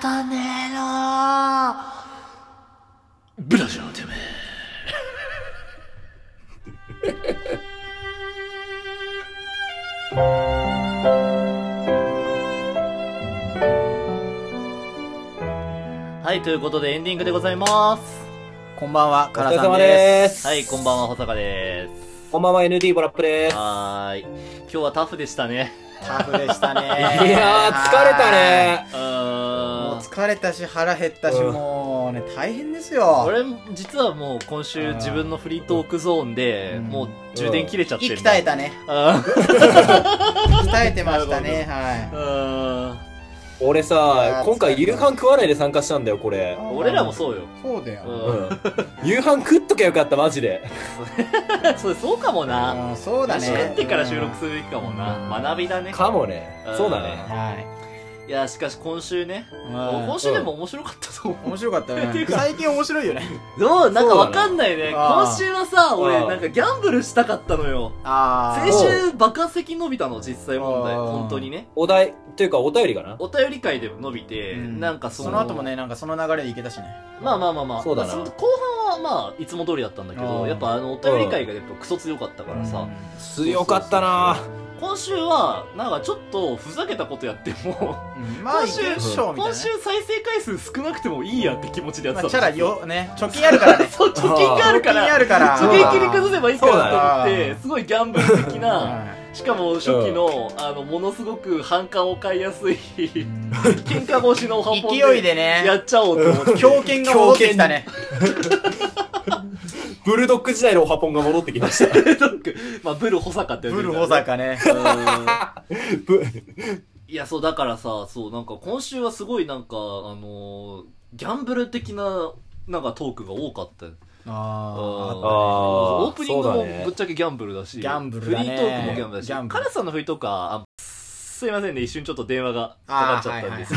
たねろブラジャーのてめえ はい、ということでエンディングでございます。こんばんは、おか疲られさん様で。ですす。はい、こんばんは、保坂で。こんばんは、ND ボラップですす。はーい。今日はタフでしたね。タフでしたね。いやー、疲れた。ね。うもうーん。疲れたし、腹減ったし、うんもうね、大変ですよ。俺、実はもう今週自分のフリートークゾーンで、うんもう充電切れちゃって息る。鍛えたね。あ鍛えてましたね、ー。うはーん。俺いやさー、今回夕飯食わないで参加したんだよ、これ。い。俺らもう。そうよ。そうだよ。う うん夕飯食っときゃよかった、マジで。ん。そう、そうかもな。うんそうだ飯食っね。てから収録するべきかもな。学びだね。かもねうん。そうだね。はいや、しかし今週ね。今い。週でも面白かったと思う。面白かった っていねう。か最近面白いよね。どうなんかわかんないそね。うだな今週はさ、俺あーなんかギャンブルしたかったのよ。あ先ー週爆発的に伸びたの、実際問題。あー本当にね。お題、というかお便りかな。お便り会でも伸びて、うんなんかその。その後も。ね、なんかその流れでいけたしね。まあまあまあまあ。そうだなの後半はまあ、いつも通りだったんだけど、あーやっぱあの、お便り会がやっぱクソ強かったからさ。強かったな今週は、なんかちょっとふざけたことやっても、うん。まあ、いけるっしょ、みたい今なね週。再生回数少なくてもいいやって気持ちでやっまてあ、たチの。ャラよ、ね、貯金あるからねそう、貯金がある貯か金らあ、るから。貯金切り崩せばいいかなそとう思っだて、すごいギャンブル的な、うしかも初期の、あの、ものすごく反感を買いやすい、喧ん嘩腰のハポ勢いでねやっちゃおうと思って。狂 犬が戻ってきたね。ブルドッグ時代のオハポンが戻ってきました。ドッグまあ、ブル保坂って呼んブでるルから保坂ね。うんブいや、そう、だからさ、そう、なんか今週はすごいなんか、あのーギャンブル的な、なんかトークが多かったよあああ。あオープニングそうもだねぶっちゃけギャンブルだし、ギャンブルだねフリートークもギャンブルギャンブだし、ルカラスさんのフリートークは、あすいませんね、一瞬ちょっと電話がかかあーっちゃったんです、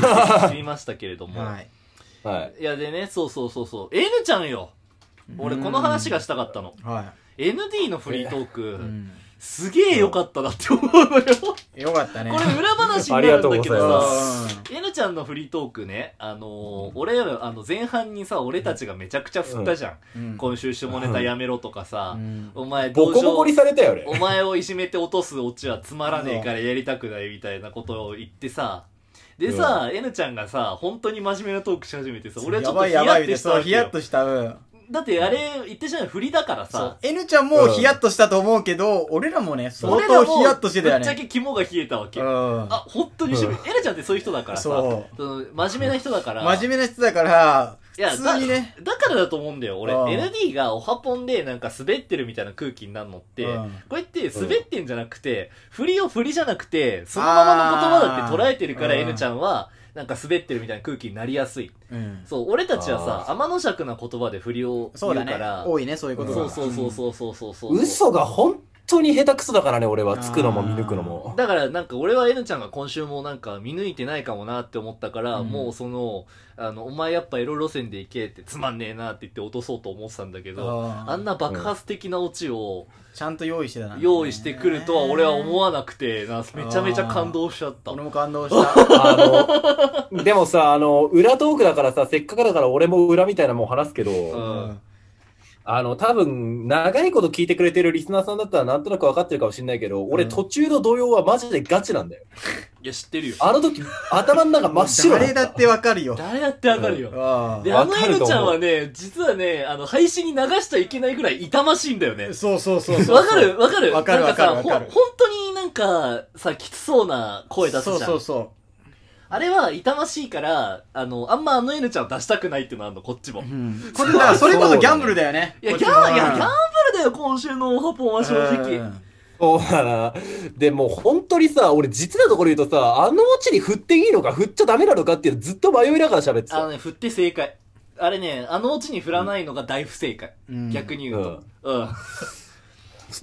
すみましたけれども。、はいい。 はい。や、でね、そうそうそうそう、N ちゃんよ俺この話がしたかったの。は ND のフリートークい。、うんすげえ良かったなって思うのよ。こよかったね。れ裏話になるんだけありがとうございどまさす。 N ちゃんのフリートークね、あのー俺ら、あの、前半にさ、俺たちがめちゃくちゃ振ったじゃん。うん今週下ネタやめろとかさ、うんお前、 ボコボコにされたよ、お俺。前をいじめて落とすオチはつまらねえからやりたくないみたいなことを言ってさ、でさ、N ちゃんがさ、本当に真面目なトークし始めてさ、俺はちょやっとばいヒヤやばいッみたいてな。したわそう、けヒヤよッ。とした。うん。だってあれ言ってしまう振りだからそうさ、。 N ちゃんもヒヤッとしたと思うけど、俺らもね、相俺ら当もヒヤッとしてたよぶっちゃね。け肝が冷えたわけ。うんあ、。本当にしめ、うん N ちゃんってそういう人だからさ、その真面目な人だから、真面目な人だから、いや普通にね。だからだと思うんだよ、俺。うん ND がオハポンでなんか滑ってるみたいな空気になるのって、うんこうやって滑ってんじゃなくて、振りを振りじゃなくて、そのままの言葉だって捉えてるからあー N ちゃんは、なんか滑ってるみたいな空気になりやすい。うん。そう、俺たちはさ、天の尺な言葉で振りを言そううだかねら。。多いね、そういうことそがうそうそうそうそうそうそう。嘘が本当に下手くそだからね、俺は。つくのも見抜くのも。だからなんか俺は N ちゃんが今週もなんか見抜いてないかもなって思ったから、うんもうその、あの、お前やっぱエロ路線で行けってつまんねえなって言って落とそうと思ってたんだけど、あーあんな爆発的なオチをちゃんと用意してたな。用意してくるとは俺は思わなくてな、めちゃめちゃ感動しちゃった。俺も感動した。あ の、でもさ、あの、裏トークだからさ、せっかくだから俺も裏みたいなもん話すけど、うん。あの、多分、長いこと聞いてくれてるリスナーさんだったらなんとなく分かってるかもしれないけど、俺うん途中の動揺はマジでガチなんだよ。いや、知ってるよ。あの時、頭の中真っ白だっ誰た。だってわかるよ。誰だってわかるよ。あで、わあのかる N と思うちゃんはね、実はね、あの、配信に流しちゃいけないぐらい痛ましいんだよねあ。。そうそうそうそう。わかるわかるわかるなんわかさ、かるほわんかる本当になんか、さ、きつそうな声出すじゃん。そうそうそあれは痛ましいから、あの、あんまあの N ちゃんを出したくないっていうのあるの、こっちも。う。いうん。これだから、それこそギャンブルだよね。や、こっギちャもン、いや、ギャンブルだよ、今週のオハポンは正う直。んそうだな。でも本当にさ、俺実なところ言うとさ、あのオチに振っていいのか振っちゃダメなのかっていうのずっと迷いながら喋ってあのた。ね、振って正解。あれね、あのうちに振らないのが大不正解。うん逆に言うと。うん。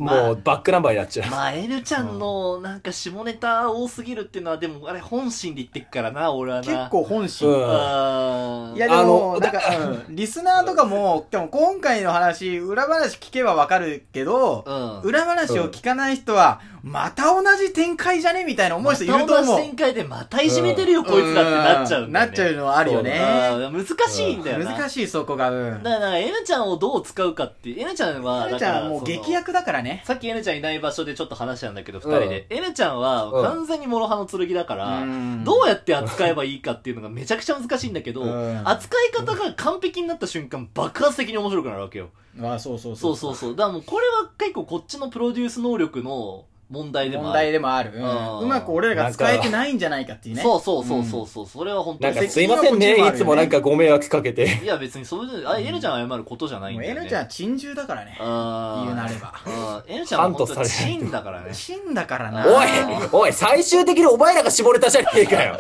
もうバックナンバーになっちゃう。まあ、N ちゃんの、なんか下ネタ多すぎるっていうのは、でも、あれ本心で言ってっからな、俺はな。結。構本心。うんあーいやでも、あのなんか、うんリスナーとかも、でも今回の話、裏話聞けばわかるけど、うん。裏話を聞かない人は、また同じ展開じゃねみたいな思う人いるとまた思同うじ。展開でまたいじめてるよ、こいつらってなっちゃうんだよ、ね。なっちゃうのはあるよね。うん難しいんだよな。難しい。しい、そこが。うん。だから、エナちゃんをどう使うかって、エナちゃんは、あれだちからゃんはもうその劇薬だからね。さっきエナちゃんいない場所でちょっと話したんだけど、二うん人で。エナちゃんはうん完全に諸刃の剣だから、うんどうやって扱えばいいかっていうのがめちゃくちゃ難しいんだけど、うん扱い方が完璧になった瞬間爆発的に面白くなるわけよ。まあ、そうそうそ。そううそうそう。だからもうこれは結構こっちのプロデュース能力の問題でも問あ題る。でもある。うんうんうまく俺らが使えてないんじゃないかっていうね。そうそうそうそうそう、それは本当なんにか。すいませんね。いつもなんかご迷惑か けて。いや別にそういうの、あ、エルちゃん謝ることじゃないんもうだエよ、ね。ルちゃんは珍獣だからね。あー言うなれば。あーエルちゃんは本当にチンだからね。 死んだからな。おいおい最終的にお前らが絞れたじゃねえかよ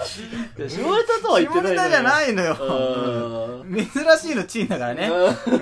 いや絞れたとは言って下ないネタじゃい。ないのうよ。ーん珍しいのチンだから ね。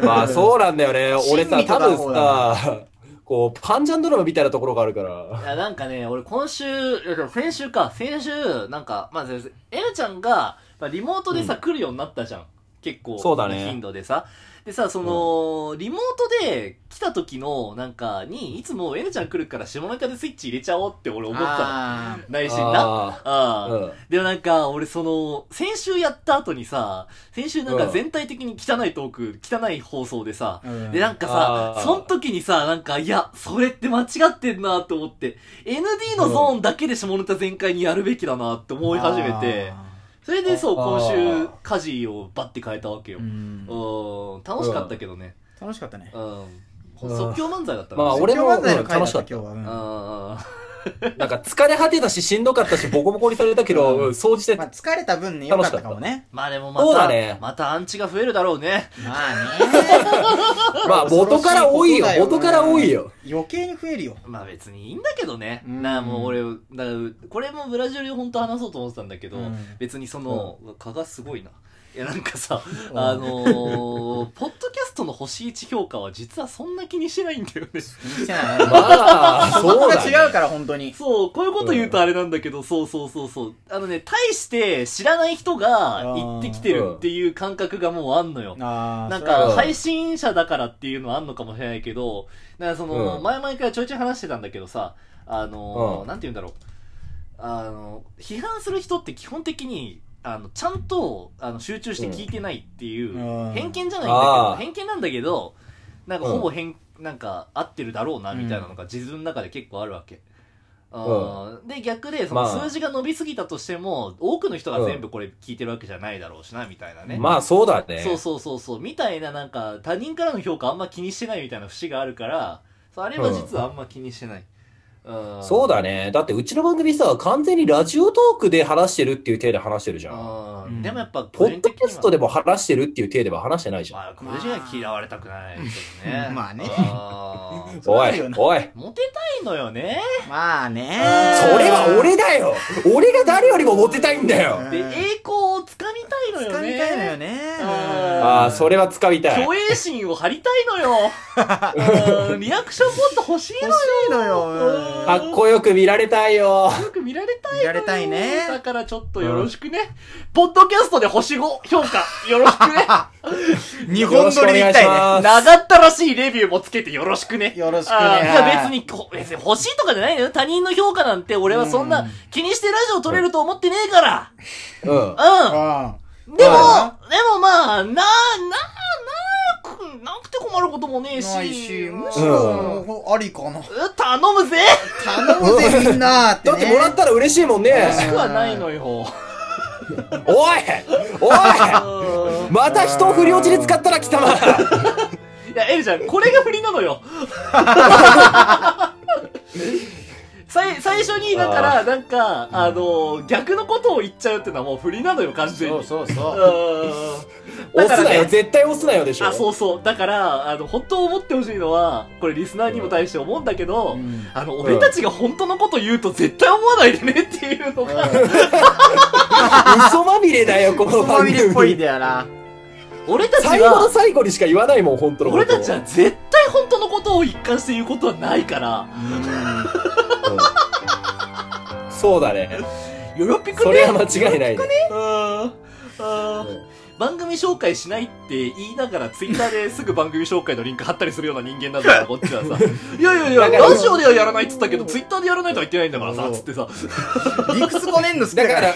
まあそうなんだ よね。俺親さ、身と多かの分方ださ、こう、パンジャンドラマみたいなところがあるからい。や、なんかね、俺今週、いや先週か、先週、なんか、まあ、先生エルちゃんが、まあ、リモートでさ、来るようになったじゃん。結構、そうだね頻度でさ。でさ、その、リモートで来た時の、なんか、に、いつもエルちゃん来るから下ネタでスイッチ入れちゃおうって俺思ってたあの。内心な。ああああ、うんでもなんか、俺その、先週やった後にさ、先週なんかうん全体的に汚いトーク、汚い放送でさ、うんでなんかさあ、ーその時にさ、なんか、いや、それって間違ってんなと思って、ND のゾーンだけで下ネタ全開にやるべきだなって思い始めて、それでそう、あー今週、家事をバッて変えたわけよ。ううんん、楽しかったけどね。楽しかったね。うん。うん即興漫才だったまあね俺も今日漫才の回だ楽しかった今日は。ううんん うん。なんか疲れ果てたし、しんどかったし、ボコボコにされたけど、うん総じて まあ、疲れた分ね、良かったかもね。まあでもまそうた、だねまたアンチが増えるだろうね。まあね。まあ、元から多いよ恐ろし、こと元だから多 いよ。。余計に増える よ。まあ別にいいんだけどね。うんなあもう俺、だからこれもブラジルで本当話そうと思ってたんだけど、うん別にその、蚊がすごいな。いやなんかさ、うんあのー、ポッドキャストの星1評価は実はそんな気にしてないんだよね。気にしてないまあ、そそこうがだ、違うね。から、本当に。そう、こういうこと言うとあれなんだけど、そうそうそうそう。あのね、大して知らない人が行ってきてるっていう感覚がもうあんのよ。あーなんそれか、は配信者だからっていうのはあんのかもしれないけど、なんかその、うん前々からちょいちょい話してたんだけどさ、あのー、うんなんて言うんだろう。あの、批判する人って基本的に、あの、ちゃんと、あの、集中して聞いてないっていう、うん偏見じゃないんだけあど、ー偏見なんだけど、なんかうんほぼ偏、なんか合ってるだろうな、みたいなのが自分の中で結構あるわけ。んうんで、逆で、そまのあ数字が伸びすぎたとしても、多くの人が全部これ聞いてるわけじゃないだろうしな、みたいなね。まあ、そうだね。そうそうそうそうみたいななんか他人からの評価あんま気にしてないみたいな節があるからそうあれは実はあんま気にしてない、うん、そうだね。だって、うちの番組さ、完全にラジオトークで話してるっていう体で話してるじゃん。ううんんでもやっぱポッドキャストでもも話してるっていう体では話してないじゃん。まあ個人的には嫌われたくないけどね まあねうんそうおだいよな、おい。モテたいのよねまあねうんそれは俺だよ俺が誰よりもモテたいんだよで栄うん光をつかみたいのよ掴ねみたいのよね。あああ、それは掴みたい虚。栄心を張りたいのようんリアクションもっと欲しいの欲よしいのよ。うんかっこよく見られたいよ。よく見られたいのよ見られたいねだからちょっとよろしくね。ポッドキャストで星5評価、よろしくね。日本撮りみたいね。よろしくお願いします長ったらしいレビューもつけてよろしくね。よろしくねあーいやはい別にこ、別に欲しいとかじゃないのよ。他人の評価なんて俺はそうんなん気にしてラジオ撮れると思ってねえから。うん。うあん。でも、でもはまあ、な、な、な、くなくて困ることもねえし。ないし、むしろろ、ありかな。うん頼むぜ頼むぜ、みんなって、だね。ってもらったら嬉しいもん欲しね。くはないのよ。おいおいまた人を振り落ちに使ったら貴様いや、エルちゃん、これが振りなの よ。最最初に、だから、なんか、あの逆のことを言っちゃうっていうのはもう振りなのよ、完全に。そうそう。うーん押すなよ、だからね絶対押すなよでしょ。あ、そう そう。だから、あの、本当思ってほしいのは、これリスナーにも対して思うんだけど、うんあの、俺たちが本当のこと言うと絶対思わないでねっていうのが、嘘まみれだよ、このつま番みれっぽいん組。だよな。俺たち最後のは、最後にしか言わないもん、本当のこと。俺たちは絶対本当のことを一貫して言うことはないから、うんそうだね。ね。よろぴくねそれは間違いないね。あーあー番組紹介しないって言いながら、ツイッターですぐ番組紹介のリンク貼ったりするような人間なんだから、こっちはさ。いやいやいや、だからラジオではやらないっつったけど、ツイッターでやらないとは言ってないんだからうさ、んつってさ。理屈こねんの好きだだかからら。、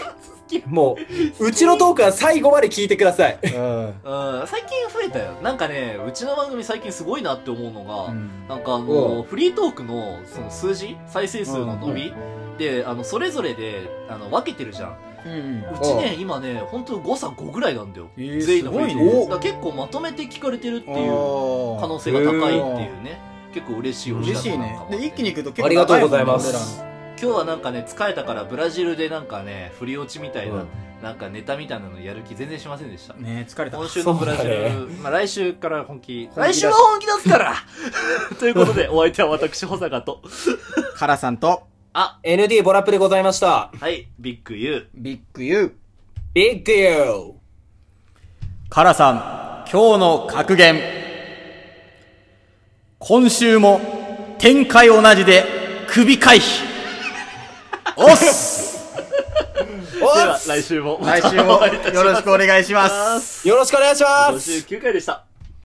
もう、うちのトークは最後まで聞いてください。うんうん、最近増えたよ。なんかね、うちの番組最近すごいなって思うのが、うんなんかあうの、フリートークの、その数字再生数の伸びで、あの、それぞれで、あの、分けてるじゃん。うんうちね、今ね、本当誤差5ぐらいなんだよ。えー全員のフリートーすごいねクだから結構まとめて聞かれてるってあいうー可能性が高いっていうね。結構嬉しいお知嬉らしせいなんねかもあってで一気に行くと結構ありがとうございます高もんね今日はなんかね、疲れたからブラジルでなんかね、振り落ちみたいな、うんなんかネタみたいなのやる気全然しませんでした。俺らね疲れた今週のブラジル、そまあ来週から本気。本気出来す週は本気出すから ということで、お相手は私、保坂と。カラさんと ND ボラップでございました。はい、ビッグ U。ビッグ U ビッグユーカラさん今日の格言今週も展開同じで首回 避おっすでおは、っ来週もま来た週もよろしくお願いしますお願いします。よろしくお願いします59回でした。